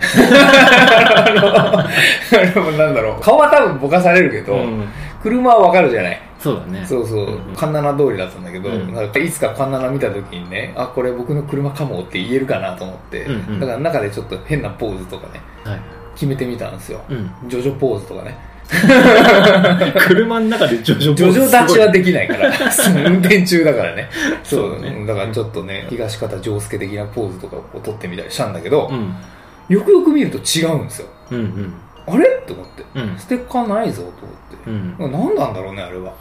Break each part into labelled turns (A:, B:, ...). A: あのなんだろう。顔は多分ぼかされるけど、
B: うん。
A: 車はわかるじゃない。
B: そうだね。
A: そうそう
B: うん。
A: カンナナ通りだったんだけど、
B: うん
A: なんかいつかカンナナ見た時にね、あ、これ僕の車かもって言えるかなと思って、
B: うんうん
A: だから中でちょっと変なポーズとかね、
B: はい。
A: 決めてみたんですよ。
B: うん。
A: ジョジョポーズとかね。
B: 車の中でジョ ジョ
A: ジョジョ
B: ダ
A: 立ちはできない から、その運転中だからね。そう
B: そうだね
A: だからちょっとね、東方丈介的なポーズとかを撮ってみたりしたんだけど、
B: うん。
A: よくよく見ると違うんですよ。
B: うんうん。
A: あれと思って。
B: うん。
A: ステッカーないぞと思って。
B: うん。
A: 何なんだろうね、あれは。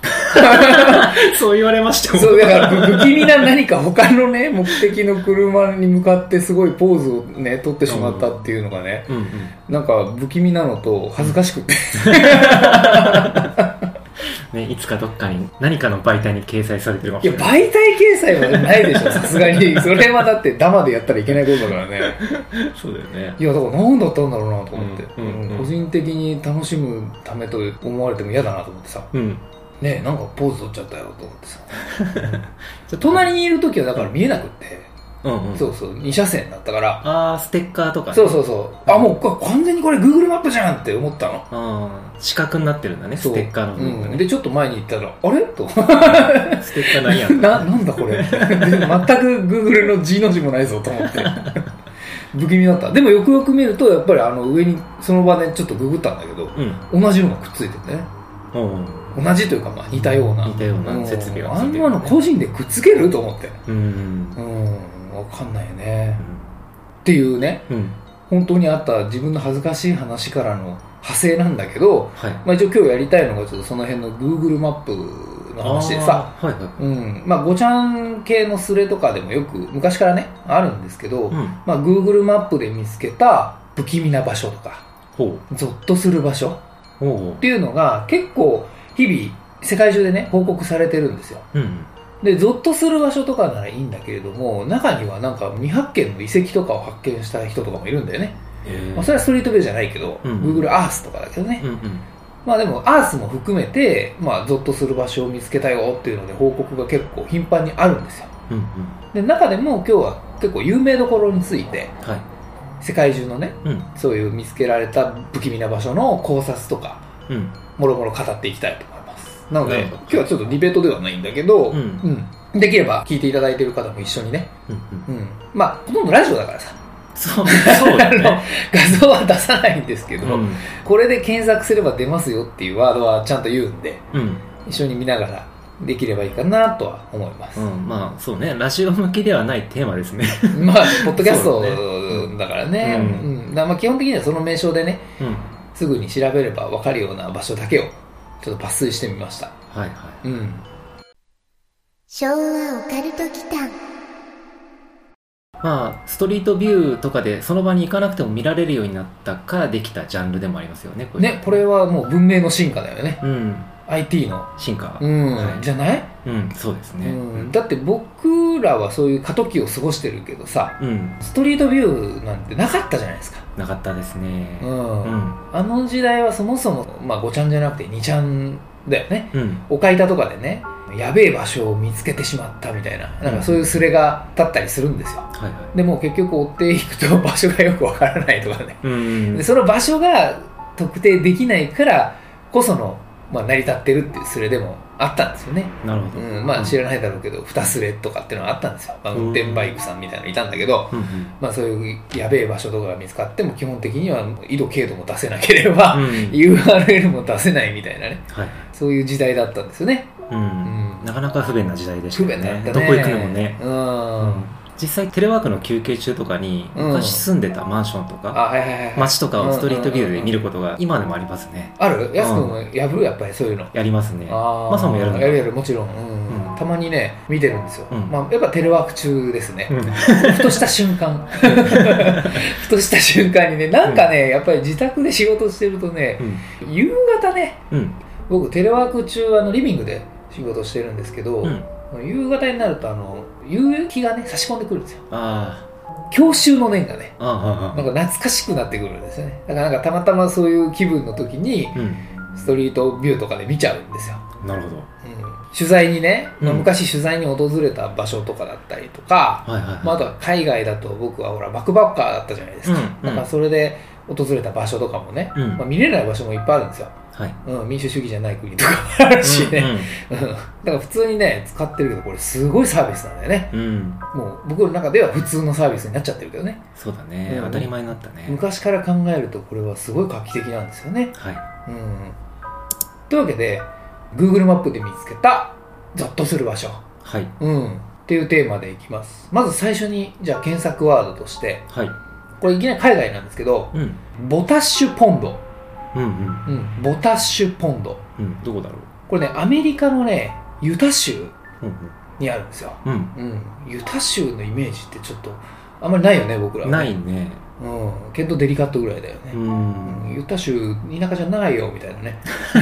B: そう言われましても。
A: そう、だから不不気味な何か他のね、目的の車に向かってすごいポーズをね、撮ってしまったっていうのがね、
B: うんうん。
A: なんか不気味なのと恥ずかしくて。
B: ね、いつかどっかに何かの媒体に掲載されてるか も
A: いや、
B: しれない。
A: 媒体掲載はないでしょ、さ すがに。それはだってダマでやったらいけないことだからね。
B: そうだよね。
A: いや、だから何だったんだろうなと思って。
B: うんうんうん
A: うん個人的に楽しむためと思われても嫌だなと思ってさ。
B: うん。
A: ねえ、なんかポーズ取っちゃったよと思って さ。隣にいる時はだから見えなくって。
B: うんうん。
A: そうそう、2車線だったから。
B: あー、ステッカーとか、ね。
A: そう
B: う。
A: そうそう。あ、もうこれ完全にこれ Google マップじゃんって思ったの。
B: あー、四角になってるんだね、
A: そ
B: ス
A: う
B: テッカーの部分が
A: うん
B: ね。
A: で、ちょっと前に行ったら、あれと。
B: ステッカーなんや ん。
A: な、なんだこれ。で全く Google の G の字もないぞと思って。 不気味だった。でもよくよく見ると、やっぱりあの上にその場でちょっとググったんだけど、
B: うん。
A: 同じのがくっついててね。
B: うん。
A: 同じというか、まあ似たような。
B: 似たよう
A: うん
B: な設備が
A: あ
B: つい
A: ん
B: て
A: な
B: る、
A: の個人でくっつけると思って。
B: うん
A: う。ん、わかんないよね。っていうね、
B: うん。
A: 本当にあった自分の恥ずかしい話からの派生なんだけど、
B: はい。
A: まあ、一応今日やりたいのがちょっとその辺の Google マップの話でさ、
B: あー。はいはい。
A: うんまあ、ごちゃん系のスレとかでもよく昔からねあるんですけど、
B: うん。
A: まあ、Google マップで見つけた不気味な場所とか
B: ほ
A: ゾッとする場所
B: う。ほ
A: っていうのが結構日々世界中でね報告されてるんですよ
B: う。うん。
A: でゾッとする場所とかならいいんだけれども中にはなんか未発見の遺跡とかを発見した人とかもいるんだよね、
B: え
A: まあ、それはストリートビューじゃないけど、
B: うん
A: Google アースとかだけどね、
B: うんうん。
A: まあでも、アースも含めて、まあ、ゾッとする場所を見つけたよっていうので、報告が結構頻繁にあるんですよ。
B: うんうん。
A: で、中でも今日は結構有名どころについて、
B: はい。
A: 世界中のね、
B: うん。
A: そういう見つけられた不気味な場所の考察とか、
B: うん。
A: もろもろ語っていきたいと思います。なの
B: な
A: で、
B: るほど
A: 今日はちょっとディベートではないんだけど、
B: うん
A: うんできれば聞いていただいてる方も一緒にね、
B: うんうん。
A: うん。まあ、ほとんどラジオだからさ、
B: そう、そう だね。
A: 画像は出さないんですけど、
B: うん。
A: これで検索すれば出ますよっていうワードはちゃんと言うんで
B: うん。
A: 一緒に見ながらできればいいかなとは思います
B: う、ん。まあ、そうね。ラジオ向きではないテーマですね。
A: まあポッドキャスト
B: そう
A: だからね
B: う
A: うんんだからまあ基本的にはその名称でね
B: うん。
A: すぐに調べれば分かるような場所だけをちょっと抜粋してみました
B: はいは
A: うん
C: 昭和オカルト祈間
B: い。まあ、ストリートビューとかでその場に行かなくても見られるようになったからできたジャンルでもありますよね、こ
A: ねこれ。はもう文明の進化だよね
B: うん。
A: IT の
B: 進化
A: う。ん、
B: はい
A: じゃない、
B: うん、そうですね。
A: うん、だって僕らはそういう過渡期を過ごしてるけどさ
B: うん。
A: ストリートビューなんてなかったじゃないですか
B: なかったですね
A: う。、
B: うんん。
A: あの時代はそもそも、まあ、5ちゃんじゃなくて2ちゃんだよね
B: うん。
A: おかいたとかでねやべえ場所を見つけてしまったみたいななんかそういうスレが立ったりするんですよ
B: はいは
A: でもう結局追っていくと場所がよくわからないとかね
B: い。うん
A: で。その場所が特定できないからこその、まあ、成り立ってるっていうスレでもあったんですよね、
B: なるほ
A: う
B: ど。
A: ん、まあ知らないだろうけど2スレとかっていうのがあったんですよ、まあ、運転バイクさんみたいなのいたんだけど、
B: うん。
A: まあ、そういうやべえ場所とかが見つかっても基本的には緯度経度も出せなければ、
B: うん。うん。
A: URL も出せないみたいなね
B: はい。
A: そういう時代だったんですよね、
B: う。
A: うんん、
B: なかなか不便な時代でした
A: 不
B: よ
A: 便だったね
B: どこ行くのもね。
A: うん、
B: 実際テレワークの休憩中とかに
A: うん
B: 昔住んでたマンションと
A: あ
B: か、
A: はいはいはいはい
B: 街とかをストリートビューで見ることが今でもありますね
A: あるやすくんもやるやっぱりそういうの
B: やりますね
A: あー
B: マサもやるの
A: やるやるもちろん、うん
B: うん
A: たまにね見てるんですよ、
B: うん
A: まあ、やっぱテレワーク中ですね、
B: うん
A: ふとした瞬 間ふとした瞬間にねなんかね、やっぱり自宅で仕事してるとね夕方ね
B: うん
A: 僕テレワーク中あのリビングで仕事してるんですけど、
B: うん
A: 夕方になるとあの夕日がね差し込んでくるんですよ
B: あ
A: 郷愁の念がね
B: ーああ
A: なんか懐かしくなってくるんですよねだからなんかたまたまそういう気分の時に
B: あうん
A: ストリートビューとかで見ちゃうんですよ
B: なるほど
A: うん取材にね、まあ
B: うん
A: 昔取材に訪れた場所とかだったりとか、
B: はいはい
A: まあ、あ
B: は
A: とは海外だと僕はほらバックバッカーだったじゃないですか、
B: うんうん
A: だからそれで訪れた場所とかもね、
B: うん
A: まあ、見れない場所もいっぱいあるんですよ、
B: いはい
A: うん、民主主義じゃない国とかもあるしね、うんだから普通にね使ってるけどこれすごいサービスなんだよね
B: うんうん
A: もう僕の中では普通のサービスになっちゃってるけどね
B: そうだね
A: うん
B: 当たり前になったね
A: 昔から考えるとこれはすごい画期的なんですよね
B: はい
A: うんというわけで Google マップで見つけたゾッとする場所
B: はい
A: うん、っていうテーマでいきますまず最初にじゃあ検索ワードとして
B: はい
A: これいきなり海外なんですけど
B: うん
A: ボタッシュポンド、
B: うんうん
A: うん、ボタッシュポンド
B: うんどこだろう
A: これねアメリカのねユタ州
B: うん
A: にあるんですよ、
B: うん
A: うん、ユタ州のイメージってちょっとあんまりないよね僕ら
B: う
A: は
B: んないね
A: うん、けどデリカットぐらいだよね、
B: うん
A: ユタ州田舎じゃないよみたいなね こ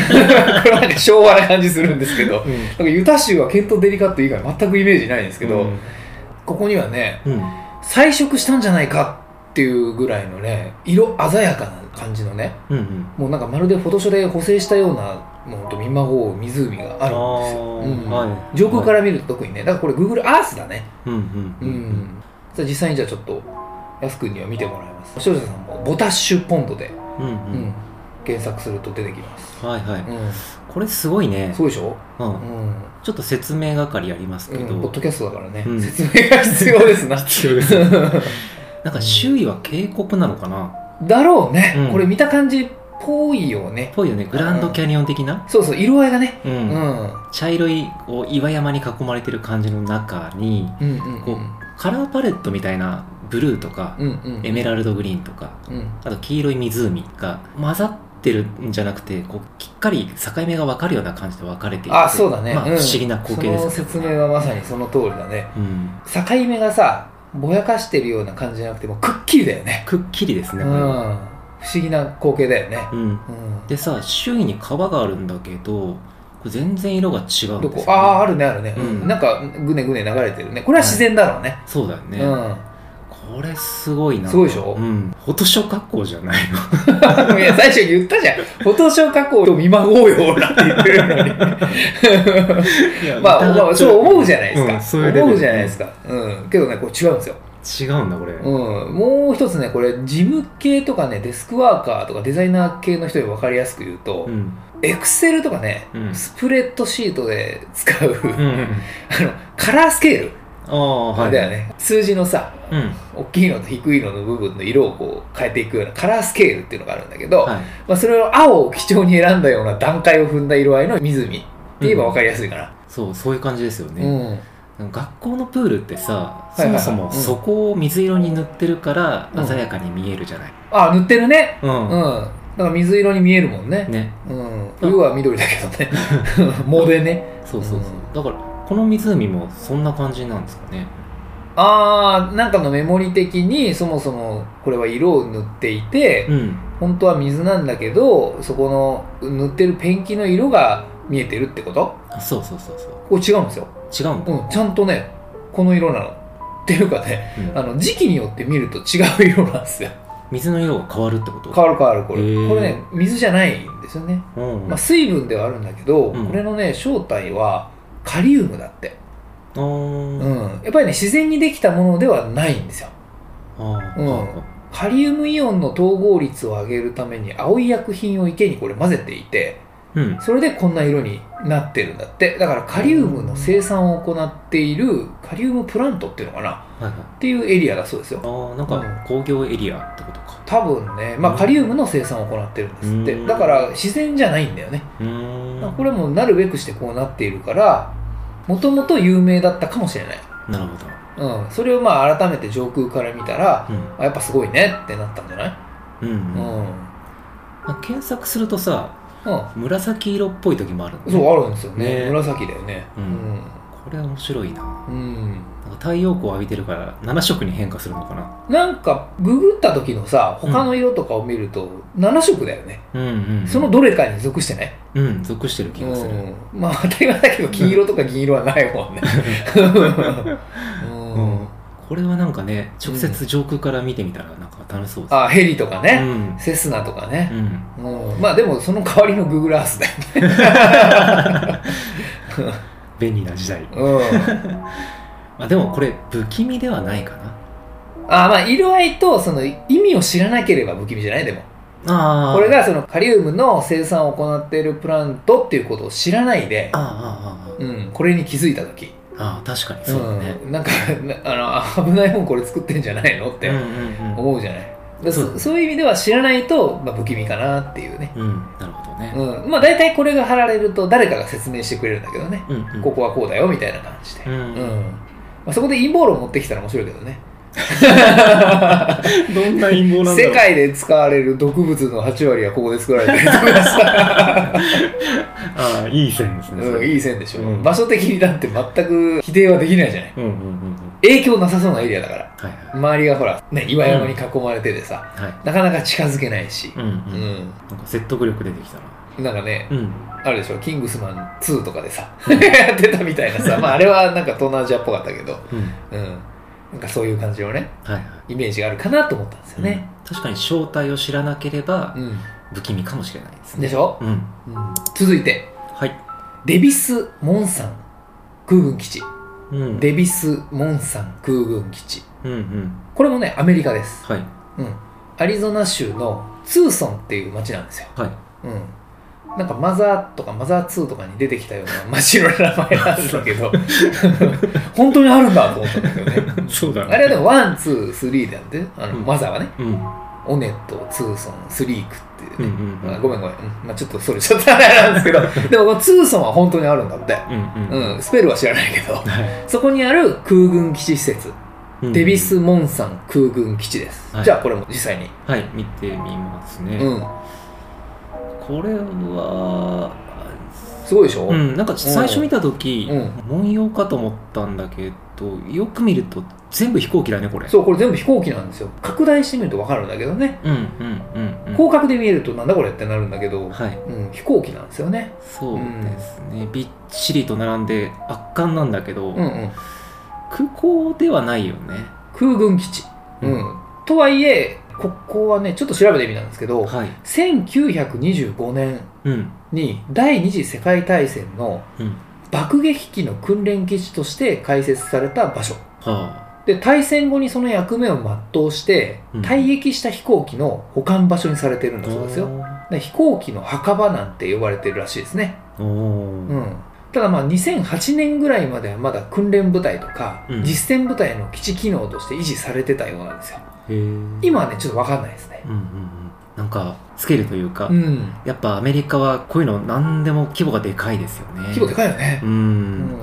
A: れなんか昭和な感じするんですけど
B: うん
A: なんかユタ州はケント・デリカット以外全くイメージないんですけど、
B: うん
A: ここにはね
B: うん
A: 彩色したんじゃないかっていうぐらいのね色鮮やかな感じのね
B: うんうん
A: もうなんかまるでフォトショーで補正したようなもうほんと見まごう湖があるんですよ、うん
B: あーはい
A: 上空から見ると特にねだからこれ Google Earth だね
B: うんうん
A: うん、さあ実際にじゃあちょっとやすくんには見てもらいます視聴者さんもボタッシュポンドで、
B: うんう
A: うんん、検索すると出てきます、
B: はいはい。
A: う
B: これすごい
A: ん、
B: ね
A: そ。うでしょ、
B: う。
A: うんん
B: ちょっと説明係やりますけ
A: う
B: ど。
A: ん、ポッドキャストだからね、
B: うん
A: 説明が必要ですな
B: 必要ですなんか周囲は渓谷なのかな
A: だろうね、
B: うん
A: これ見た感じっぽいよね
B: ぽいよね。グランドキャニオン的な
A: そうそう色合いがね
B: う。
A: うんん
B: 茶色いこう岩山に囲まれてる感じの中に、
A: うんうん
B: こうカラーパレットみたいなブルーとか、
A: うんうん
B: エメラルドグリーンとか、
A: うん
B: あと黄色い湖が混ざってるんじゃなくて、こう、きっかり境目が分かるような感じで分かれていて。
A: あそうだね、
B: まあ、不
A: うん
B: 思議な光景です
A: その説
B: けどね
A: 明はまさにその通りだね
B: うん。
A: 境目がさぼやかしてるような感じじゃなくてもうくっきりだよね
B: くっきりです
A: う
B: ね、
A: ん
B: こ
A: 不
B: れは
A: 思議な光景だよね
B: うん。
A: うん
B: でさ周囲に川があるんだけどこれ全然色が違うんですよ、ね、
A: どこああーあるねあるね、
B: うん
A: なんかぐねぐね流れてるねこれは自然だろうね、
B: そうだよね、
A: う
B: これすごいな
A: すごいでしょ
B: うんフォトショー加工じゃない の
A: ん、いや最初言ったじゃん「フォトショー加工と見まごうよ」なんて言ってるのに まあ、まあ、そう思うじゃないですか、
B: うんそういうレベル
A: 思うじゃないですか、うん、けどねこれ違うんですよ
B: 違うんだこれ、
A: うん、もう一つね、これ、事務系とかね、デスクワーカーとかデザイナー系の人に分かりやすく言うと
B: う、ん
A: エクセルとかね、
B: う ん
A: スプレッドシートで使う、
B: うん
A: あの、カラースケール。
B: ああ
A: あ
B: はい
A: れだよね数字のさ
B: うん
A: 大きいのと低いのの部分の色をこう変えていくようなカラースケールっていうのがあるんだけど、
B: はい
A: まあ、それを青を基調に選んだような段階を踏んだ色合いの湖って言えば分かりやすいかな、
B: そうそういう感じですよ
A: う
B: ね、
A: ん
B: 学校のプールってさ
A: いは
B: そ
A: いは
B: も
A: い
B: そもそこを水色に塗ってるから
A: うん
B: 鮮やかに見えるじゃない、
A: あ塗ってるね
B: うん
A: うんだから水色に見えるもんね
B: ね
A: うん冬は緑だけど ね藻でね
B: そうそうそう、
A: う
B: だからこの湖もそんな感じなんですかね
A: ああなんかのメモリ的にそもそもこれは色を塗っていて、
B: うん
A: 本当は水なんだけどそこの塗ってるペンキの色が見えてるってこと
B: そうそうそうそう
A: これ違うんですよ、
B: 違うんだ、
A: うん、ちゃんとねこの色なのっていうかね
B: うん
A: あの時期によって見ると違う色なんですよ
B: 水の色が変わるってこと
A: 変わる変わるこれ
B: へー
A: これね水じゃないんですよね、
B: うん、
A: まあ、水分ではあるんだけど、
B: うん
A: これのね正体はカリウムだって、
B: あー、
A: うん、やっぱりね自然にできたものではないんですよ
B: あー、
A: うん
B: はいはい
A: カリウムイオンの統合率を上げるために青い薬品を池にこれ混ぜていて、
B: うん
A: それでこんな色になってるんだってだからカリウムの生産を行っているカリウムプラントっていうのかな
B: はいはい
A: っていうエリアだそうですよ
B: あーなんか工業エリアってことか
A: 多分ね、まあ、カリウムの生産を行ってるんですっ
B: う
A: て
B: ん
A: だから自然じゃないんだよね
B: うーん
A: これもなるべくしてこうなっているからもともと有名だったかもしれない、
B: なるほど、
A: うん、それをまあ改めて上空から見たら
B: うん
A: あやっぱすごいねってなったんじゃない
B: うんうん
A: うん、うん
B: 検索するとさ紫色っぽい時もあるんだね
A: そうあるんですよね
B: ね
A: 紫だよね
B: うんこれは面白いな
A: うん、うん
B: なんか太陽光を浴びてるから7色に変化するのかな
A: なんかググった時のさ他の色とかを見ると7色だよね、
B: うんうん
A: そのどれかに属してね、
B: うん属してる気がする、
A: うんまあ当たり前だけど黄色とか銀色はないもんね
B: う
A: うんん
B: これはなんかね直接上空から見てみたらなんか楽しそうです
A: あヘリとか
B: う
A: ね、
B: ん
A: セスナとかね、
B: うん
A: うんまあでもその代わりのグーグルアースだよね、
B: 便利な時代
A: うん、
B: あでもこれ不気味ではないかな
A: あまあ色合いとその意味を知らなければ不気味じゃないでも
B: ああ
A: これがそのカリウムの生産を行っているプラントっていうことを知らないで
B: あ、ああ
A: うん、これに気づいた時
B: あああ確かにそうだね、
A: うん、なんかなあの危ないもんこれ作ってんじゃないのっ
B: うん、
A: て
B: うん
A: 思うじゃない、で
B: そうだ
A: そ
B: ね
A: そういう意味では知らないと、まあ、不気味かなっていうね、
B: うんうんなるほどね
A: うん、まあ大体これが貼られると誰かが説明してくれるんだけどね、
B: うんうん
A: ここはこうだよみたいな感じで、
B: う
A: うんんまあ、そこで陰謀論持ってきたら面白いけどね
B: どんな陰謀
A: 世界で使われる毒物の8割はここで作られてるとかさ、
B: ああいい線ですね
A: うん、い
B: い
A: い線でしょ、
B: うん
A: 場所的にだって全く否定はできないじゃない
B: うんうんうんうん
A: 影響なさそうなエリアだから
B: はいは
A: 周りがほら、ね、岩山に囲まれててさ、
B: いはい
A: なかなか近づけないし、
B: うんうん、なん
A: う、
B: か説得力出てきたなん
A: なんかね、
B: うん
A: あるでしょ、キングスマン2とかでさ、やってたみたいなさ、まあ、あれはなんか東南アジアっぽかったけど、
B: うん
A: うん、なんかそういう感じのね、
B: はいはい
A: イメージがあるかなと思ったんですよね。
B: うん確かに正体を知らなければ
A: うん、
B: 不気味かもしれないですね
A: でしょ、
B: うん
A: うん続いて、
B: はい、
A: デビス・モンサン空軍基地。
B: うん、
A: デビス・モンサン空軍基地。
B: うんうん
A: これもね、アメリカです。
B: はい
A: うん、アリゾナ州のツーソンっていう町なんですよ。
B: はい
A: うん、なんかマザーとかマザー2とかに出てきたような街の名前なんだけ ど本当にあるんだと思ったんだけどね
B: そうだね
A: あれはでもワンツースリーだってあの、
B: うん
A: マザーはね
B: うんうん
A: オネットツーソンスリークっていう
B: う
A: ね、
B: んうん
A: あごめんごめん、うんまあ、ちょっとそれちょっとあれなんです けどでもこのツーソンは本当にあるんだって、
B: うんうんうん
A: うん、スペルは知らないけど
B: は
A: そこにある空軍基地施設、
B: い
A: デビス・モンサン空軍基地です、
B: はい
A: じゃあこれも実際に、
B: はい見てみますね、
A: うん、
B: これは
A: すごいでしょ、
B: うんなんか最初見た時、
A: うん
B: 文様かと思ったんだけどよく見ると全部飛行機だねこれ
A: そうこれ全部飛行機なんですよ拡大してみると分かるんだけどね
B: うんうんうんうん
A: 広角で見えるとなんだこれってなるんだけど、
B: はい
A: うん、飛行機なんですよね
B: そうですね、びっちりと並んで圧巻なんだけど、
A: うんうん
B: 空港ではないよね
A: 空軍基地、うんとはいえここはねちょっと調べてみたんですけど
B: はい
A: 1925年
B: うん
A: に第二次世界大戦の
B: うん
A: 爆撃機の訓練基地として開設された場所
B: は
A: で対戦後にその役目を全うして
B: うん
A: 退役した飛行機の保管場所にされてるん
B: あ
A: だそうですよ、で飛行機の墓場なんて呼ばれてるらしいですね
B: おー
A: うん、ただまあ2008年ぐらいまではまだ訓練部隊とか、
B: うん
A: 実践部隊の基地機能として維持されてたようなんですよ
B: へえ
A: 今はねちょっと分かんないですね
B: うんうんうんなんかスケールというか、
A: うん
B: やっぱアメリカはこういうの何でも規模がでかいですよね
A: 規模でかいよね
B: う、ん、
A: うん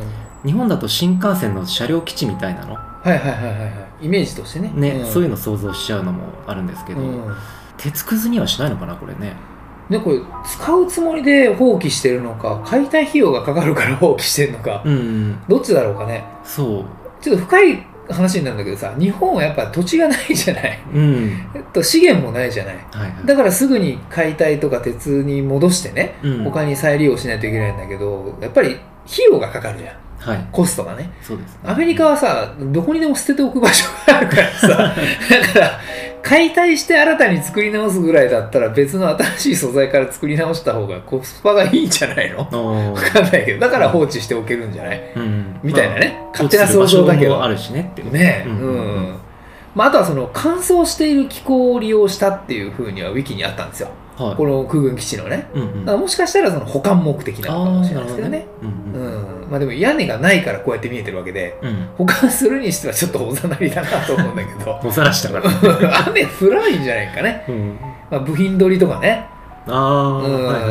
B: 日本だと新幹線の車両基地みたいなの
A: はいはいはいはいはいイメージとしてね
B: ね、
A: ん
B: そういうの想像しちゃうのもあるんですけど、
A: うん
B: 鉄くずにはしないのかなこれね
A: ね、これ使うつもりで放棄してるのか解体費用がかかるから放棄してるのか、
B: うんうん
A: どっちだろうかね
B: そ
A: ちょっと深い話になるんだけどさ日本はやっぱ土地がないじゃない、
B: ううん
A: えっと、資源もないじゃない
B: はいはい
A: だからすぐに解体とか鉄に戻してね
B: うん、
A: 他に再利用しないといけないんだけどやっぱり費用がかかるじゃん
B: はい
A: コストがね
B: そうですね
A: アメリカはさどこにでも捨てておく場所があるから さだから解体して新たに作り直すぐらいだったら別の新しい素材から作り直した方がコスパがいいんじゃないの
B: お
A: わ
B: ー
A: かんないけどだから放置しておけるんじゃない
B: うん
A: みたいなね、
B: まあ
A: 勝手な想像だけ
B: 放置する場所も
A: ど
B: あるしねってこと
A: ねえ
B: うん
A: うん、まあ、あとはその乾燥している気候を利用したっていうふうにはウィキにあったんですよ
B: はい
A: この空軍基地のね
B: うんう
A: だ
B: ん
A: からもしかしたらその保管目的なのかもしれないですけどね
B: あーなるほどね
A: うんまあ、でも屋根がないからこうやって見えてるわけで
B: うんうんうん
A: 保管するにしてはちょっとおざなりだなと思うんだけ ど
B: おさらしたから、
A: 雨降らないんじゃないかね、
B: うん、
A: まあ、部品取りとかね
B: ああ
A: う
B: ー、はいはいはい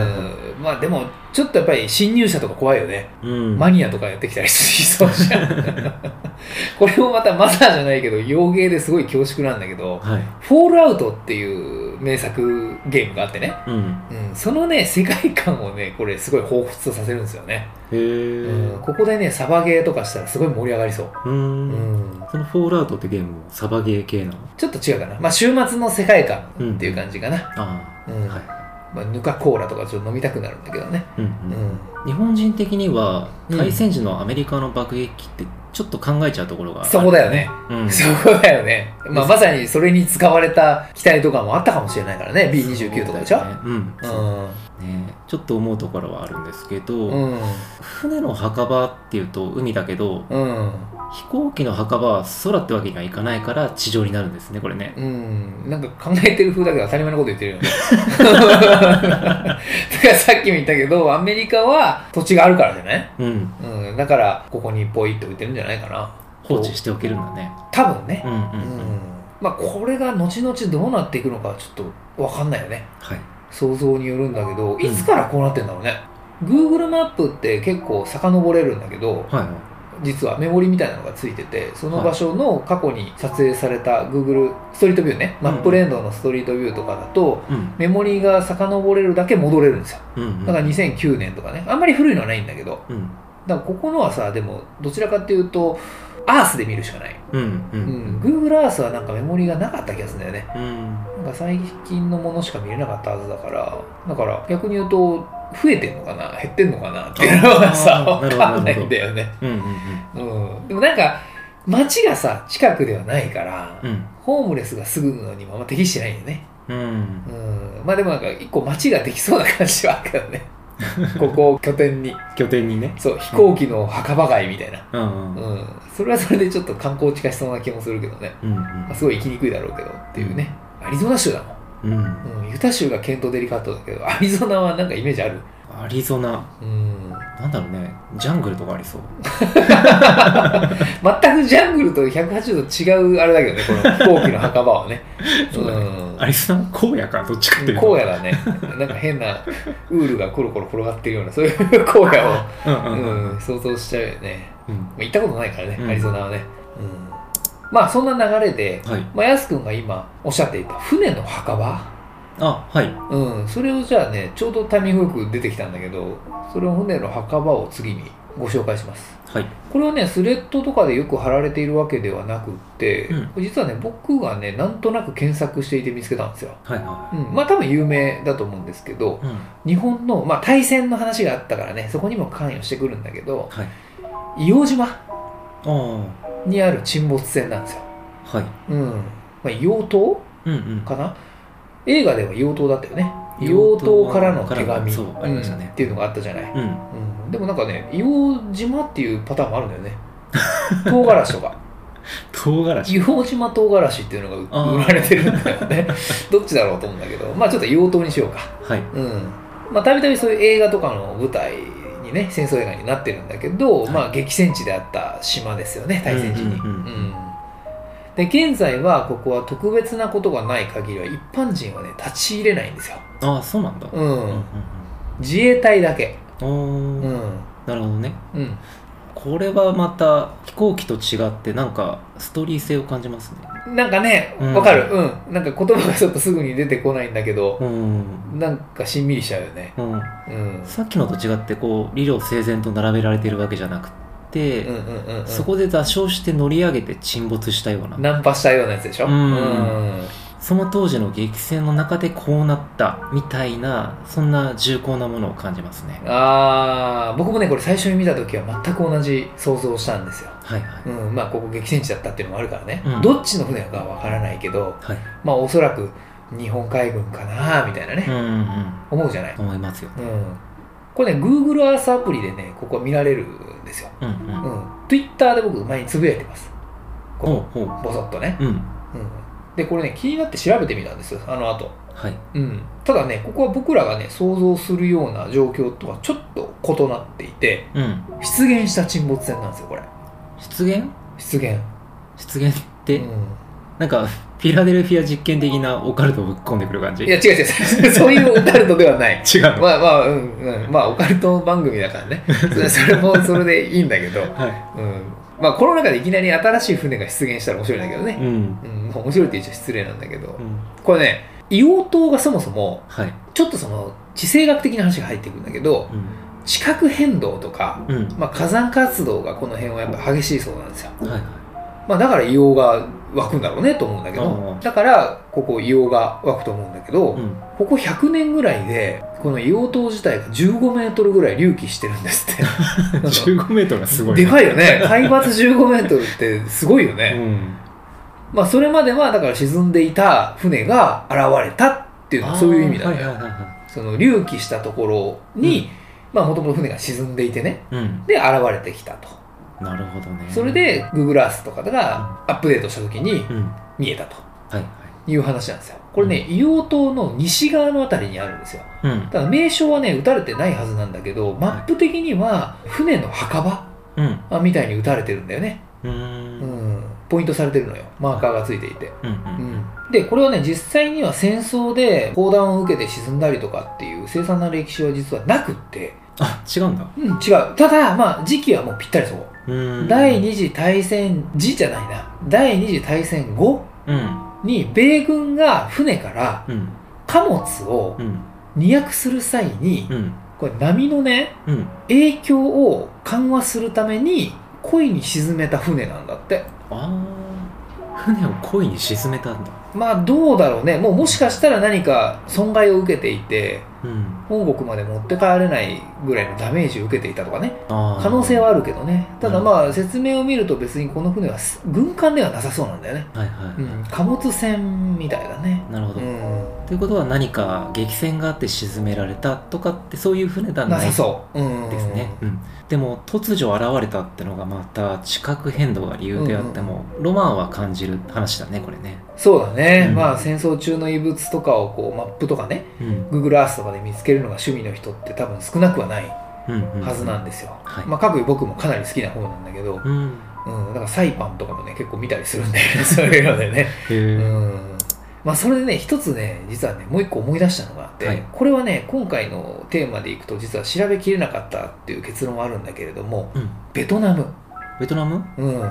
A: んまあでもちょっとやっぱり侵入者とか怖いよね、
B: うん
A: マニアとかやってきたりしそうじゃん これもまたマザーじゃないけど洋芸ですごい恐縮なんだけど
B: はい
A: 「フォールアウト」っていう名作ゲームがあってね、
B: うん
A: うん、そのね世界観をねこれすごい彷彿とさせるんですよね、
B: へえ
A: うんここでねサバゲーとかしたらすごい盛り上がりそう
B: うん
A: うん
B: その「フォールアウト」ってゲームもサバゲー系なの
A: ちょっと違うかな、まあ、週末の世界観っていう感じかな、
B: あ
A: うん
B: あはい
A: まあ、ぬかコーラとかちょっと飲みたくなるんだけどね、
B: うん
A: う
B: うん
A: ん、
B: 日本人的には
A: うん
B: 対戦時のアメリカの爆撃ってちょっと考えちゃうところがある
A: そこだよね、
B: うん
A: そこだよね、まあ、まさにそれに使われた機体とかもあったかもしれないからね B29 とかでしょ
B: そうだよねうん
A: う
B: そうねちょっと思うところはあるんですけど、
A: ん
B: 船の墓場っていうと海だけど
A: うん
B: 飛行機の墓場は空ってわけにはいかないから地上になるんですねこれね
A: うん、なんか考えてる風だけど当たり前のこと言ってるよね だからさっきも言ったけどアメリカは土地があるからじゃない、
B: うん
A: うん、だからここにポイって置いてるんじゃないかな
B: 放置しておけるんだね
A: 多分ね
B: うんうんうん、
A: まあこれが後々どうなっていくのかはちょっと分かんないよね
B: はい
A: 想像によるんだけどいつからこうなってんだろうね、Google マップって結構遡れるんだけど
B: はい
A: 実はメモリみたいなのがついててその場所の過去に撮影された Google ストリートビューねマップレンドのストリートビューとかだと、
B: うん
A: メモリが遡れるだけ戻れるんですよ
B: うんうん
A: だから2009年とかねあんまり古いのはないんだけど
B: うん
A: だからここのはさでもどちらかっていうとアースで見るしかない、
B: うんう
A: うんん、Google アースはなんかメモリがなかった気がするんだよね
B: うん
A: なんか最近のものしか見れなかったはずだからだから逆に言うと増えてんのかな減ってんのかなっていうのがさ
B: あー
A: 分かんないんだよね、
B: うんうん
A: うん、でもなんか街がさ近くではないから、
B: うん
A: ホームレスがすぐのにもあんま適してないよね、
B: うん
A: うん、まあでもなんか一個街ができそうな感じはあるけど ねここを拠点に
B: 拠点にね
A: そう飛行機の墓場街みたいな、
B: うんうん
A: うん、それはそれでちょっと観光地化しそうな気もするけどね、
B: うん
A: まあ、すごい行きにくいだろうけどっていうねアリゾナ州だもん
B: うんうん
A: うん、ユタ州がケントデリカットだけどアリゾナはなんかイメージある
B: アリゾナ
A: うん
B: なんだろうねジャングルとかありそう
A: 全くジャングルと180度違うあれだけどねこの飛行機の墓場はね
B: そうだね
A: ん
B: アリゾナは荒野かどっちかっていうと
A: 荒野だねなんか変なウールがコロコロ転がってるようなそういう荒野を、
B: うんうんうん
A: うん、想像しちゃうよね、
B: うん
A: まあ、行ったことないからね、
B: うん
A: アリゾナはね、うん、まあそんな流れで、
B: はい
A: まあ、やすくんが今おっしゃっていた船の墓場
B: あはい
A: うん、それをじゃあねちょうどタイミングよく出てきたんだけどそれを船の墓場を次にご紹介します
B: はい
A: これはねスレッドとかでよく貼られているわけではなくって、
B: うん
A: これ実はね僕がねなんとなく検索していて見つけたんですよ、
B: はいは
A: うん、まあ多分有名だと思うんですけど
B: い
A: 日
B: うん
A: 本の、まあ、対戦の話があったからねそこにも関与してくるんだけど
B: はい
A: 硫黄島
B: ああ
A: にある沈没船なんですよ、
B: はい
A: うんまあ、硫黄島
B: うんうん
A: かな映画では硫黄島だったよね
B: 硫
A: 硫
B: 黄
A: 黄
B: 島
A: 島
B: か
A: からら
B: の
A: の
B: 手
A: 手
B: 紙
A: 紙
B: そうありましたね
A: うんっていうのがあったじゃない、
B: うん
A: うんでもなんかね硫黄島っていうパターンもあるんだよね唐辛子と か
B: 唐辛子
A: 硫黄島唐辛子っていうの
B: あ
A: が
B: ー
A: 売売られてるんだよねどっちだろうと思うんだけどまあちょっと硫黄島にしようか
B: はい
A: うんまあたびたびそういう映画とかの舞台ににね戦争映画になってるんだけど、
B: はい
A: まあ激戦地であった島ですよね大戦地に、
B: うんうんうん
A: で現在はここは特別なことがない限りは一般人はね立ち入れないんですよ、
B: ああそうなんだ、
A: う
B: うん
A: ん、自衛隊だけ、
B: うん
A: う
B: うん、おー
A: ん
B: なるほどね
A: うん、
B: これはまた飛行機と違ってなんかストーリー性を感じますね
A: なんかね
B: うん
A: わかる、うん、なんか言葉がちょっとすぐに出てこないんだけど
B: うん、
A: なんかしんみりしちゃうよね、
B: うん、
A: うん、
B: さっきのと違ってこう理路整然と並べられているわけじゃなくて、
A: うんうんうんうん
B: そこで座礁して乗り上げて沈没したような
A: ナンパしたようなやつでしょ
B: うん
A: うん
B: その当時の激戦の中でこうなったみたいなそんな重厚なものを感じますね
A: あー僕もねこれ最初に見た時は全く同じ想像をしたんですよ、
B: はいはい
A: うん、まあここ激戦地だったっていうのもあるからね、
B: うん
A: どっちの船かはわからないけど
B: はい
A: まあおそらく日本海軍かなみたいな
B: う
A: ね、
B: んうん
A: 思うじゃない、
B: 思いますよ
A: う
B: ね
A: ん、これね Google Earth アプリでねここは見られるんですよ、
B: うんう
A: うんん、Twitter で僕前につぶやいてますこ
B: ほう
A: こ
B: ほ
A: ボ
B: う
A: ソッとね、
B: うん
A: うん、でこれね気になって調べてみたんですよあの後
B: はい
A: うん、ただねここは僕らがね想像するような状況とはちょっと異なっていて
B: うん
A: 出現した沈没船なんですよこれ
B: 出現
A: 出現
B: 出現って、
A: うん、
B: なんかフィラデルフィア実験的なオカルトをぶっ込んでくる感じ
A: いや違う違う違う そういうオカルトでは ない
B: 違うの、
A: まあまあうん、うん、まあオカルト番組だからねそれそれもそれでいいんだけど、
B: は
A: うん、まあこの中でいきなり新しい船が出現したら面白いんだけど
B: い
A: ね、
B: うん、
A: うんまあ面白いって言っちゃ失礼なんだけど
B: うん、
A: これね硫黄島がそもそも
B: はい
A: ちょっとその地政学的な話が入ってくるんだけど
B: うん
A: 地殻変動とか
B: うん
A: まあ、火山活動がこの辺はやっぱ激しいそうなんですよ、
B: はいはい
A: まあ、だから硫黄が湧くんだろうねと思うんだけど
B: ああ
A: だからここ硫黄が湧くと思うんだけど、
B: うん
A: ここ100年ぐらいでこの硫黄島自体が15メートルぐらい隆起してるんですって
B: 15メートルがすごい
A: で
B: い、
A: かいよね海抜15メートルってすごいよ
B: う
A: ね、
B: ん、
A: まあ、それまではだから沈んでいた船が現れたっていうのはそういう意味なのよ、
B: あーはいはいはいは
A: その隆起したところに、まあもともと船が沈んでいてね
B: いうん
A: で現れてきたと
B: なるほどね
A: それで Google Earth とかがアップデートした時に
B: うん
A: 見えたと
B: はいはい
A: いう話なんですよこれね硫黄島の西側の辺りにあるんですよ
B: うん
A: ただ名称はね打たれてないはずなんだけどマップ的には船の墓場
B: うん
A: みたいに打たれてるんだよね
B: うー
A: うんんポイントされてるのよマーカーがついていて
B: うんうん
A: うんでこれはね実際には戦争で砲弾を受けて沈んだりとかっていう凄惨な歴史は実はなくって
B: あ違うんだ
A: うん違うただまあ時期はもうぴったりそこ
B: うーん
A: 第二次大戦時じゃないな第二次大戦後
B: うん
A: に米軍が船から
B: うん
A: 貨物を
B: うん
A: 荷役する際に
B: うん
A: これ波のね
B: うん
A: 影響を緩和するために故意に沈めた船なんだって
B: ああ船を故意に沈めたんだ
A: まあどうだろうねもうもしかしたら何か損害を受けていて
B: うん
A: 本国まで持って帰れないぐらいのダメージを受けていたとかね
B: あー
A: 可能性はあるけどねただ
B: うん
A: まあ説明を見ると別にこの船はす軍艦ではなさそうなんだよね
B: はいはい、
A: うん、貨物船みたいだね。
B: なるほ
A: う
B: ど、
A: ん、
B: ということは何か激戦があって沈められたとかってそういう船では
A: な
B: ない
A: さそう。うん、
B: ですね、うん、でも突如現れたってのがまた地殻変動が理由であっても、ロマンは感じる話だねこれね、
A: そうだね、
B: うん
A: まあ戦争中の遺物とかをこうマップとかね、
B: うん、
A: Google Earth とかで見つけるのが趣味の人って多分少なくはない
B: うん
A: はずなん
B: で
A: ですよ。
B: はい
A: まあ各僕もかなり好きな方なんだけど、
B: うんへ
A: うん、だからサイパンとかもね結構見たりするんだよね、そういうのでね。う
B: え
A: ん。まあそれでね、一つね、実はね、もう一個思い出したのがあって、
B: はい
A: これはね、今回のテーマでいくと実は調べきれなかったっていう結論はあるんだけれども、
B: うん
A: ベトナム。
B: ベトナム
A: うん。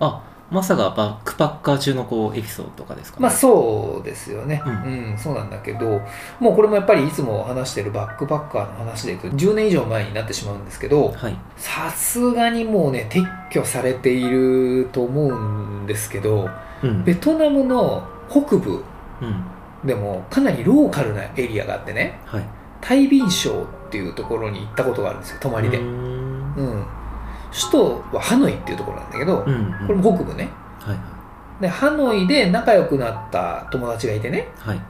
B: あまさがバックパッカー中のこうエピソードとかですか、ね、
A: まあそうですよね、
B: う
A: うんそうなんだけどもうこれもやっぱりいつも話してるバックパッカーの話でいくと10年以上前になってしまうんですけど
B: はい
A: さすがにもうね撤去されていると思うんですけど
B: うん
A: ベトナムの北部
B: うん
A: でもかなりローカルなエリアがあってね
B: はい
A: 大ビン省っていうところに行ったことがあるんですよ泊まりで、
B: う
A: うん
B: ん
A: 首都はハノイっていうところなんだけど、
B: うん
A: これ
B: うん
A: も北部ね
B: はい
A: でハノイで仲良くなった友達がいてね
B: はいはい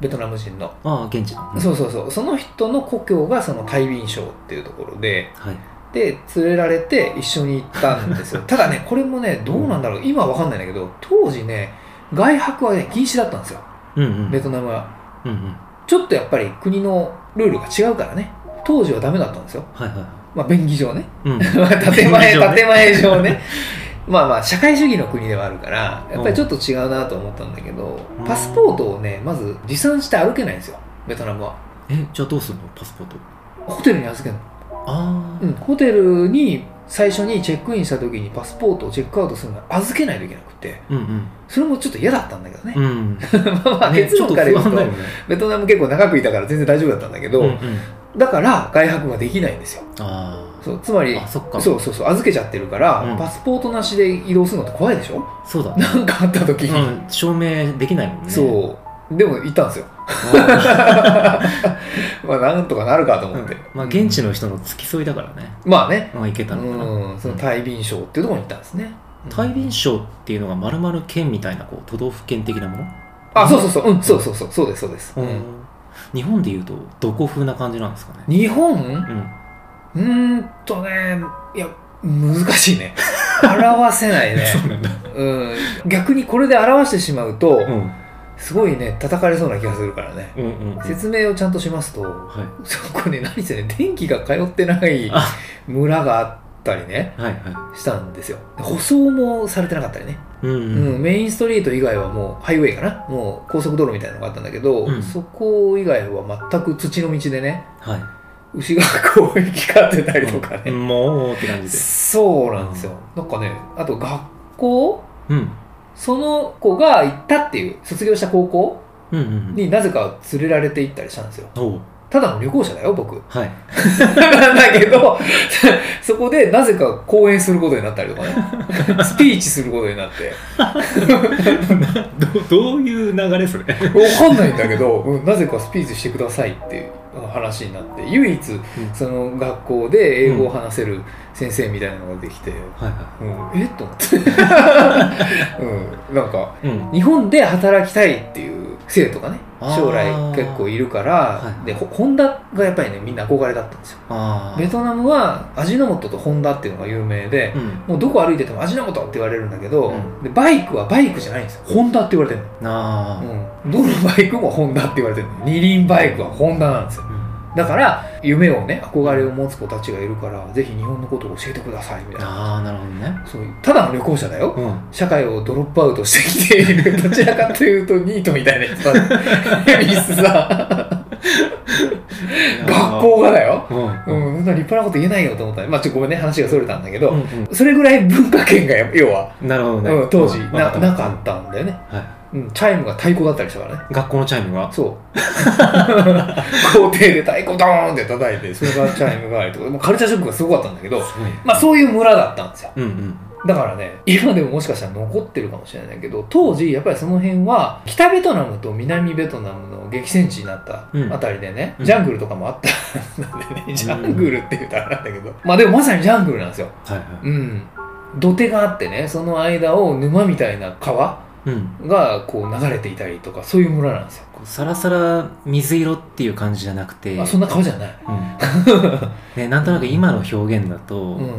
A: ベトナム人の
B: ああ現地の
A: そううそうそうその人の故郷がその大便省っていうところで
B: んはい
A: で連れられて一緒に行ったん ですよただねこれもねどうなんだろう今はわかんないんだけど当時ね外泊はね禁止だったんですよ
B: うんうん
A: ベトナムは
B: うんうん
A: ちょっとやっぱり国のルールが違うからね当時はダメだったんですよ。
B: はいはいは
A: まあ、便宜上ね。
B: い。うん。
A: まあ建
B: 便宜
A: 前、
B: 上ね
A: 建前上 ね。まあまあ、社会主義の国ではあるから、やっぱりちょっと違うなと思ったんだけど
B: うん、
A: パスポートをね、まず持参して歩けないんですよ、ベトナムは。
B: え、じゃあどうするのパスポート。
A: ホテルに預けるの。
B: あ
A: うん、ホテルに最初にチェックインした時にパスポートをチェックアウトするのに預けないといけなくて、
B: あ。うん
A: それもちょっと嫌だったんだけどね
B: う。ん。うん。
A: まあまあ、
B: ね
A: 結論から言う
B: ちょっと不安だよ
A: と、
B: ね。
A: ベトナム結構長くいたから全然大丈夫だったんだけど、
B: うんうん。
A: だから外泊ができないんですよ。
B: あ
A: そうつまり
B: あ。あ、そっか。
A: そうそうそう預けちゃってるから、
B: うん
A: パスポートなしで移動するのって怖いでしょ
B: そうだね。
A: なんかあった時に、
B: うん。証明できないもんね。
A: そうでも行ったんですよ
B: あ
A: まあなんとかなるかと
B: ー。
A: 思って、
B: うんまあ、現地の人の付き添いだからね。
A: まあね
B: まあ、行けたのかな。
A: うんその大便省っていうところに行ったんですね
B: 大輪賞っていうのがまるまる県みたいなこう都道府県的なもの
A: あそうそうそううんそうそうそうそうですそうです、う
B: うんん日本でいうとどこ風な感じなんですかね
A: 日本
B: うん
A: うーんとねいや難しいね表せないね、
B: そうなんだ
A: うん、逆にこれで表してしまうと、
B: うん
A: すごいね叩かれそうな気がするからね、
B: うんうんうんはい
A: 説明をちゃんとしますと、そこね、何せね、電気が通ってない
B: あ
A: 村があったりね、
B: はいは
A: したんですよ。舗装もされてなかったりね。
B: いうん
A: う
B: うん
A: ん、メインストリート以外はもう、ハイウェイかなもう高速道路みたいなのがあったんだけど、
B: うん
A: そこ以外は全く土の道でね、
B: は
A: 牛がこう行き交ってたりとか
B: い
A: ね。
B: もうって感じで
A: そうなんですよ。なんかね、あと学校
B: うん
A: その子が行ったっていう、卒業した高校
B: うんうん
A: になぜか連れられて行ったりしたんですよ。
B: おう
A: ただの旅行者だよ、 僕。
B: はい
A: なんだけど、 そこでなぜか講演することになったりとか ね、スピーチすることになって、
B: どどういう流れそれ
A: わかんないんだけど、うんなぜかスピーチしてくださいっていう話になって、唯一、その学校で英語を話せる先生みたいなのができて、
B: はいは
A: うんえっと思って、 うん、なんか、
B: いうん
A: 日本で働きたいっていう生徒がね、将来結構いるから、
B: はい
A: で、ほホンダがやっぱりね、みんな憧れだったんですよ。
B: あ
A: ベ
B: ー
A: トナムは味の素とホンダっていうのが有名で、
B: うん
A: もうどこ歩いてても味の素って言われるんだけど、
B: うん
A: でバイクはバイクじゃないんですよホンダって言われてる
B: な
A: の、
B: あ
A: うん、どのバイクもホンダって言われてるの二輪バイクはホンダなんですよ
B: うん
A: だから夢をね憧れを持つ子たちがいるからぜひ日本のことを教えてくださいみたいな
B: ああなるほどね
A: そういうただの旅行者だよ
B: うん
A: 社会をドロップアウトしてきているどちらかというとニートみたいな人たちミ スさ学校がだよ
B: うん
A: うん、そんな立派なこと言えないよと思ったまあちょっとごめんね話がそれたんだけど、
B: うん
A: それぐらい文化圏がや要は
B: うんなるほどね
A: うん、当時
B: うん
A: な
B: わった
A: なかったんだよね、
B: は
A: うん、チャイムが太鼓だったりしたからね
B: い学校のチャイムが
A: そう校庭で太鼓ドーンって叩いてそれからチャイムがありとかもうカルチャーショックがすごかったんだけど
B: すごいね
A: まあそういう村だったんですよ
B: うんうん
A: だからね今でももしかしたら残ってるかもしれないけど当時やっぱりその辺は北ベトナムと南ベトナムの激戦地になった
B: うん
A: あたりでね、
B: うん
A: ジャングルとかもあった んでねジャングルって言うとあれなんだけどまあでもまさにジャングルなんですよ
B: はいは
A: うん土手があってねその間を沼みたいな川
B: いうん
A: がこう流れていたりとかそういう村なんですよ、
B: こうさらさら水色っていう感じじゃなくて
A: あそんな顔じゃない、
B: うん ね、なんとなく今の表現だと、
A: うん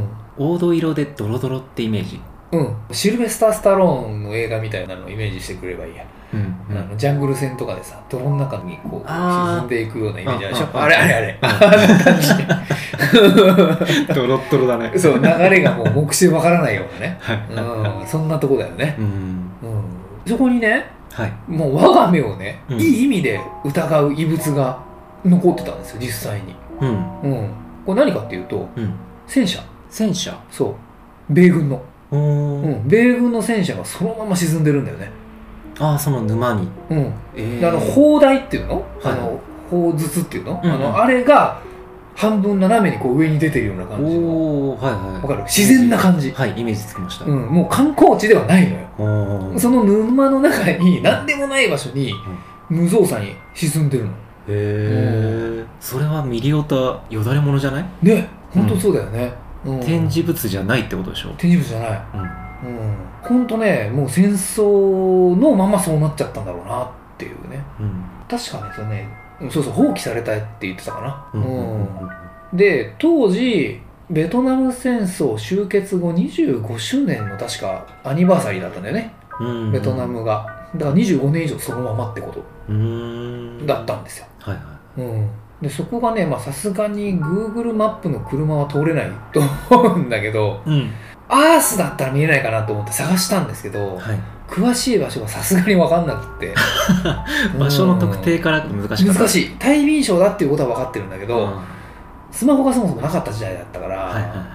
B: 黄土色でドロドロってイメージ、
A: うん、シルベスター・スタローンの映画みたいなのをイメージしてくればいいや、
B: うん
A: あのジャングル船とかでさ泥の中にこう
B: あー
A: 沈んでいくようなイメージあるでしょ
B: うんうんうん
A: あれあれあれあんな感
B: ドロッドロだ ね
A: じ そう流れがもう目視わからないようなね、
B: はい、
A: うん、そんなとこだよね、
B: うん
A: うん、そこにね
B: はい
A: もう我が目をね、
B: うん
A: いい意味で疑う異物が残ってたんですよ実際に、
B: うん
A: うん、これ何かっていうと
B: うん
A: 戦車
B: 戦車
A: そう米軍の、
B: おー
A: うん、米軍の戦車がそのまま沈んでるんだよね、
B: ああその沼に
A: うん、
B: えー
A: であの砲台っていうの、
B: はい
A: あの砲筒っていうの,、
B: うんうん
A: あのあれが半分斜めにこう上に出てるような感じの
B: おおはいはい
A: わかる自然な感じ、
B: はいイメージつきました、
A: うん、もう観光地ではないのよ
B: おお
A: その沼の中に何でもない場所に無造作に沈んでるの
B: へえそれはミリオタよだれものじゃない、
A: ね本当そうだよね、うん
B: 展示物じゃないってことでしょ
A: 展示物じゃない
B: うん
A: うん本当ねもう戦争のままそうなっちゃったんだろうなっていうね
B: うん
A: 確かねそれねうんそうそう放棄されたいって言ってたかな、
B: うんうんうんうん
A: で当時ベトナム戦争終結後25周年の確かアニバーサリーだったんだよね
B: うん
A: ベトナムがだから25年以上そのままってこと
B: うーん
A: だったんですよ、
B: はいは
A: うん、でそこがねまあさすがに Google マップの車は通れないと思うんだけど
B: うん
A: アースだったら見えないかなと思って探したんですけど、
B: はい、
A: 詳しい場所がさすがに分かんなくって
B: 場所の特定から難しかった
A: 難しい大民賞だっていうことは分かってるんだけ
B: うん
A: ど、
B: はい
A: スマホがそもそもなかった時代だったから、
B: はいは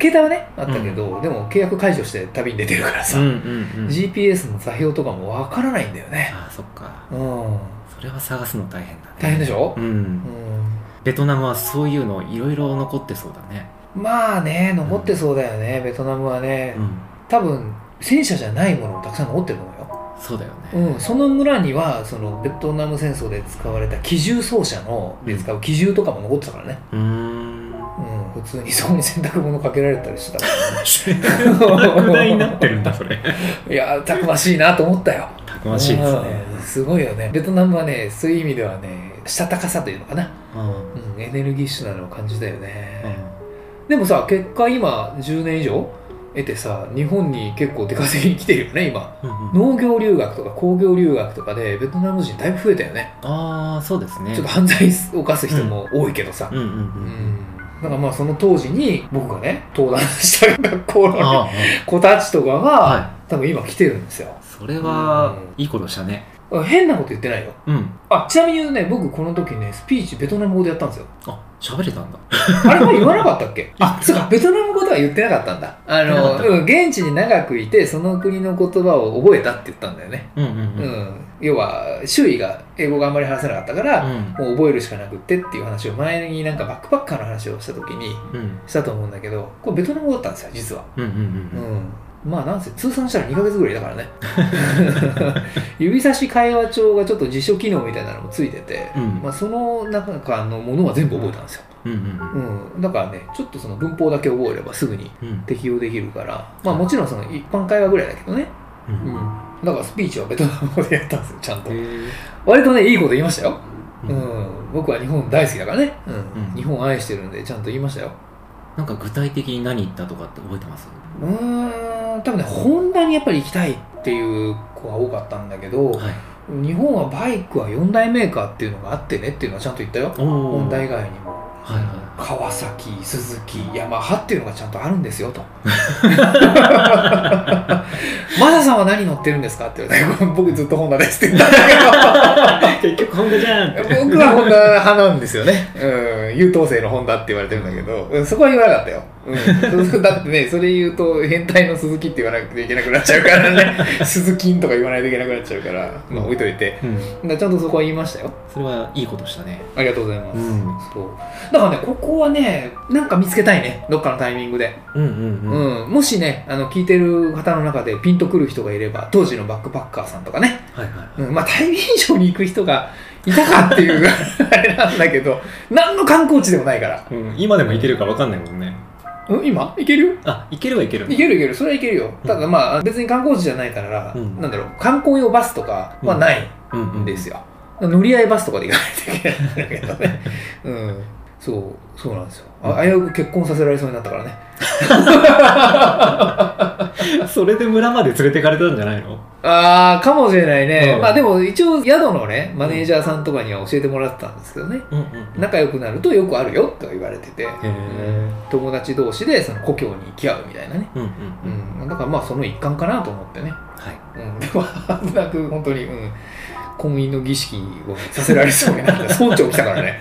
A: 携帯はねあったけど、でも契約解除して旅に出てるから
B: い
A: さ、
B: うんうんうん
A: GPS の座標とかもわからないんだよね
B: ああそっか
A: うん
B: それは探すの大変だね
A: 大変でしょ、
B: う
A: うん
B: ベトナムはそういうのいろいろ残ってそうだね
A: ん、まあね残ってそうだよね、ベトナムはね、
B: うん
A: 多分戦車じゃないものもたくさん残ってると思うよ
B: そうだよね
A: うん、その村にはそのベトナム戦争で使われた機銃奏者ので使う機銃とかも残ってたからね、
B: うーん
A: うん、普通にそこに洗濯物かけられたりしてたか
B: 拡大になってるんだそれ
A: らいやーたくましいなと思ったよ
B: たくましいですね
A: うんすごいよねベトナムはねそういう意味ではねしたたかさというのかな、
B: うん
A: うん、エネルギッシュなのを感じたよね、でもさ結果今10年以上得てさ日本に結構出稼ぎに来てるよね今
B: うん
A: 農業留学とか工業留学とかでベトナム人だいぶ増えたよね
B: ああそうですね
A: ちょっと犯罪を犯す人も多いけどさ、
B: うんうん
A: う
B: うん
A: ん、だからまあその当時に僕がね登壇した学校の
B: あ
A: 子たちとかが、
B: あは
A: 多分今来てるんですよ
B: いそれはいいことしたね
A: 変なこと言ってないよ
B: うん
A: あちなみに言うね僕この時ねスピーチベトナム語でやったんですよ
B: あ喋れたんだ
A: あれは言わなかったっけ
B: あ
A: あそうかベトナム語では言ってなかったんだあ
B: 言ってなか
A: の
B: った
A: うん現地に長くいてその国の言葉を覚えたって言ったんだよね、
B: うんうん
A: う
B: うんんうん
A: 要は周囲が英語があんまり話せなかったから、もう覚えるしかなくってっていう話を前になんかバックパッカーの話をした時に
B: うん
A: したと思うんだけどこれベトナム語だったんですよ実は、
B: うんうん
A: う
B: うん
A: ん、まあなんせ通算したら2ヶ月ぐらいだからね 指差し会話帳がちょっと辞書機能みたいなのもついてて、
B: うん
A: まあ、その中のものは全部覚えたんですよ、
B: うんうん
A: うん、だからねちょっとその文法だけ覚えればすぐに
B: うん
A: 適用できるからまあもちろんその一般会話ぐらいだけどね、
B: うん
A: うん、だからスピーチはベトナム語でやったんですよちゃんと
B: へ
A: 割とねいいこと言いましたよ
B: ー
A: うん、僕は日本大好きだからね、うん
B: うん
A: 日本を愛してるんでちゃんと言いましたよ
B: なんか具体的に何言ったとかって覚えてます
A: うーん多分ねホンダにやっぱり行きたいっていう子が多かったんだけど、
B: はい
A: 日本はバイクは4大メーカーっていうのがあってねっていうのはちゃんと言ったよ
B: おお
A: ホンダ以外にも
B: はいは
A: 川崎鈴木ヤマハっていうのがちゃんとあるんですよと マサさんは何乗ってるんですかって言われて 僕ずっとホンダですって言ったんだ
B: い結局本語じゃん
A: けど 僕はホンダ派なんですよね、うん、優等生のホンダって言われてるんだけど、うん、そこは言わなかったよ、うん そう、だってねそれ言うと変態の鈴木って言わなくていけなくなっちゃうからね 鈴木んとか言わないといけなくなっちゃうから、まあ、置いといて
B: うん
A: だからちゃんとそこは言いましたよ
B: それはいいことしたね
A: ありがとうございます、
B: ん
A: そうだからねここはねなんか見つけたいねどっかのタイミングで、
B: うんうん
A: う
B: うん
A: んもしねあの聞いてる方の中でピンとくる人がいれば当時のバックパッカーさんとかね、
B: はいはい
A: うん、まあ対面所に行く人がいたかっていう あれなんだけど何の観光地でもないから、
B: うん、今でもいけるかわかんないもんね
A: うん、今行けるよ
B: あいければいける
A: 行ける行けるそれはいけるよただまあ別に観光地じゃないから、
B: うん
A: なんだろう観光用バスとかはない、
B: うんうん
A: ですよ、乗り合いバスとかで行かないといけないんだけどね、うん、そうそうなんですよあ危うく結婚させられそうになったからね
B: それで村まで連れてかれたんじゃないの
A: ああかもしれないね、
B: うん
A: まあでも一応宿のねマネージャーさんとかには教えてもらってたんですけどね
B: うんうん
A: 仲良くなるとよくあるよとは言われてて
B: へ
A: 友達同士でその故郷に行き合うみたいなね、
B: うんうん
A: う
B: うん
A: ん、だからまあその一環かなと思ってね、
B: はい
A: うん、 でも危なく本当に、うん、婚姻の儀式をさせられそうにな って村長来たからね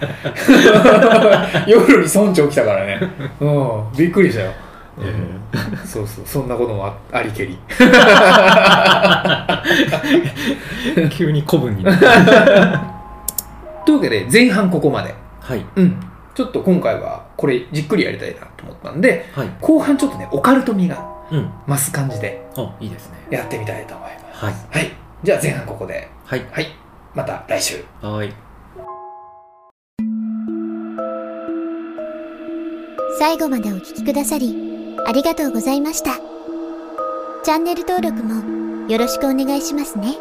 A: 夜に村長来たからね、うん、びっくりしたよ、うんそうそうそんなこともあ ありけり
B: 急に古文になった
A: というわけで前半ここまで、
B: はい
A: うん、ちょっと今回はこれじっくりやりたいなと思ったんで
B: はい
A: 後半ちょっとねオカルト味が
B: うん
A: 増す感じで
B: あいいですね
A: やってみたいと思います
B: はい
A: はいじゃあ前半ここで
B: はい
A: はいまた来週
B: はい
C: 最後までお聞きくださり、ありがとうございました。チャンネル登録もよろしくお願いしますね。